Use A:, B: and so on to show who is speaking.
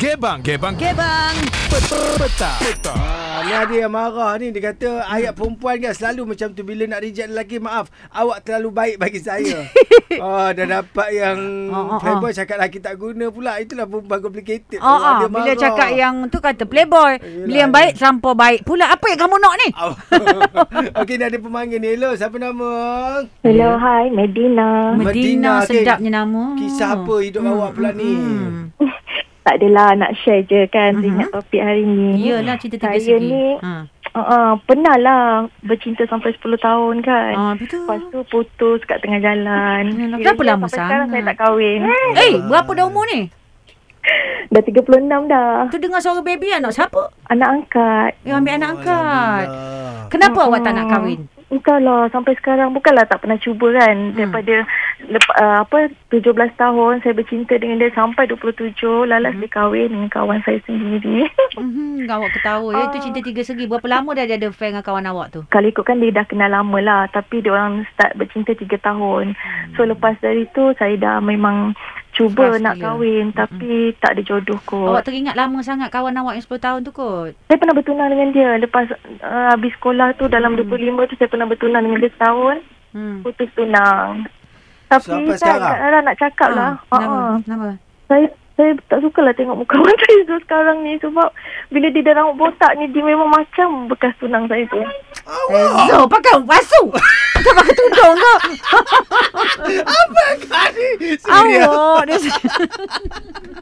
A: Gebang, gebang,
B: Gebang.
A: peta. Peta.
C: Alah dia marah ni Dia kata Ayat perempuan kan Selalu macam tu Bila nak reject lelaki Maaf Awak terlalu baik bagi saya oh, Dah dapat yang
B: Ah, ah, ah.
C: Playboy cakap lelaki tak guna pula Itulah perempuan complicated
B: Oh, oh, bila cakap yang tu kata playboy. Bila yang baik sampo baik pula. Apa yang kamu nak ni?
C: Okey dah ada pemanggil ni Hello siapa nama
D: Hello,
B: Ya.
D: hi, Medina.
B: Medina,
C: Okey.
B: sedapnya nama.
C: Kisah apa hidup awak pula ni
B: Hmm.
D: Tak adalah nak share je kan uh-huh. ingat topik hari ni.
B: Yelah Mhm. cerita tiga
D: Saya
B: segi.
D: ni
B: Ha.
D: uh, pernah lah bercinta sampai 10 tahun kan.
B: Ah, betul.
D: Lepas tu putus kat tengah jalan.
B: Yalah,
D: Kiranya
B: kenapa lama Ha.
D: sampai sekarang
B: sangat?
D: saya tak kahwin.
B: Eh, berapa dah umur ni?
D: Dah 36 dah.
B: Tu dengar suara baby anak siapa?
D: Anak angkat.
B: Yang ambil anak angkat.
C: Alhamdulillah.
B: Kenapa awak tak nak kahwin?
D: Entahlah sampai sekarang bukanlah tak pernah cuba kan hmm. daripada lepa, uh, apa 17 tahun saya bercinta dengan dia sampai 27 lalas hmm. dia kahwin dengan kawan saya sendiri.
B: Mhm, awak ketawa. Ya, itu cinta tiga segi. Berapa lama dah dia ada fan dengan kawan awak tu?
D: Kalau ikutkan kan dia dah kenal lama lah tapi dia orang start bercinta 3 tahun. So lepas dari tu saya dah memang cuba
B: Frustasi
D: nak
B: Hmm. dia. Hmm.
D: kahwin tapi tak ada jodoh kot.
B: Awak teringat lama sangat kawan awak yang 10 tahun tu kot.
D: Saya pernah bertunang dengan dia lepas uh, habis sekolah tu dalam 25 tu saya pernah bertunang dengan dia setahun.
B: Hmm.
D: putus tunang. Tapi
C: Sampai
D: so, tak,
C: sekarang?
D: tak, tak nak cakap lah.
B: Ah, Kenapa?
D: Uh-uh.
B: Kenapa?
D: Saya saya tak suka lah tengok muka orang Rizal sekarang ni sebab bila dia dah rambut botak ni dia memang macam bekas tunang saya tu.
B: Ezo, Eh, pakai pasu. Kau pakai tudung kau.
C: Kari
B: Awak. Dia